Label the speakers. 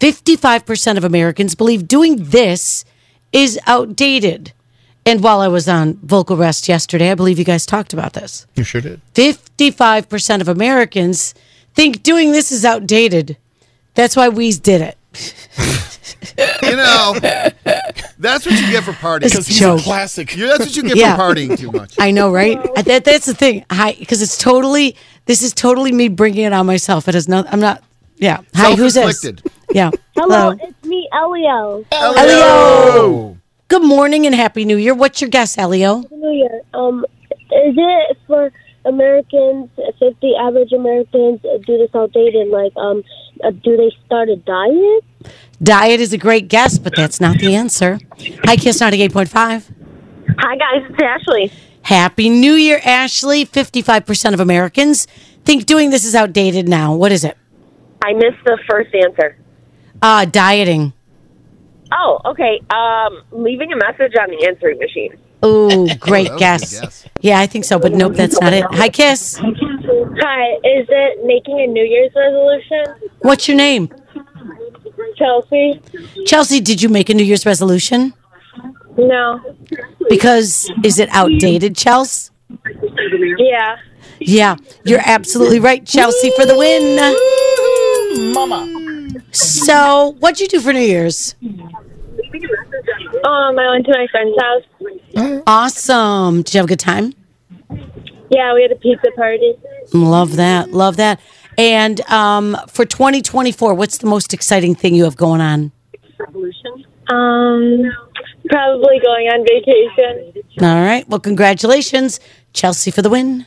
Speaker 1: 55% of Americans believe doing this is outdated. And while I was on vocal rest yesterday, I believe you guys talked about this.
Speaker 2: You sure did.
Speaker 1: 55% of Americans think doing this is outdated. That's why we did it.
Speaker 2: You know, that's what you get for partying.
Speaker 1: It's a joke.
Speaker 2: classic. Yeah, that's what you get
Speaker 1: Yeah.
Speaker 2: for partying too much.
Speaker 1: I know, right? I- That, that's the thing. Hi, because it's totally, this is totally me bringing it on myself. It is not, I'm not, yeah. Hi, who's this?
Speaker 2: Self-inflicted.
Speaker 1: Yeah. Uh,
Speaker 3: Hello,
Speaker 1: Um,
Speaker 3: it's me, Elio.
Speaker 2: Elio.
Speaker 1: Good morning and Happy New Year. What's your guess, Elio?
Speaker 3: New Year. Um, is it for Americans, 50 average Americans, uh, do this outdated? Like, um, uh, do they start a diet?
Speaker 1: Diet is a great guess, but that's not the answer. Hi, Kiss 98.5.
Speaker 3: Hi, guys. It's Ashley.
Speaker 1: Happy New Year, Ashley. 55% of Americans think doing this is outdated now. What is it?
Speaker 3: I missed the first answer.
Speaker 1: Uh, dieting.
Speaker 3: Oh, okay. Um, leaving a message on the answering machine.
Speaker 1: Oh, great
Speaker 2: was a
Speaker 1: guess.
Speaker 2: guess.
Speaker 1: Yeah, I think so, but nope, that's not it. Hi, Kiss.
Speaker 3: Hi, is it making a New Year's resolution?
Speaker 1: What's your name?
Speaker 3: Chelsea?
Speaker 1: Chelsea, did you make a New Year's resolution?
Speaker 3: No.
Speaker 1: Because is it outdated, Chelsea?
Speaker 3: Yeah.
Speaker 1: Yeah, you're absolutely right, Chelsea, for the win. Mama. So, what'd you do for New Year's?
Speaker 3: Um, I went to my friend's house.
Speaker 1: Awesome. Did you have a good time?
Speaker 3: Yeah, we had a pizza party.
Speaker 1: Love that. Love that. And um, for 2024, what's the most exciting thing you have going on?
Speaker 3: Um, probably going on vacation.
Speaker 1: All right. Well, congratulations, Chelsea, for the win.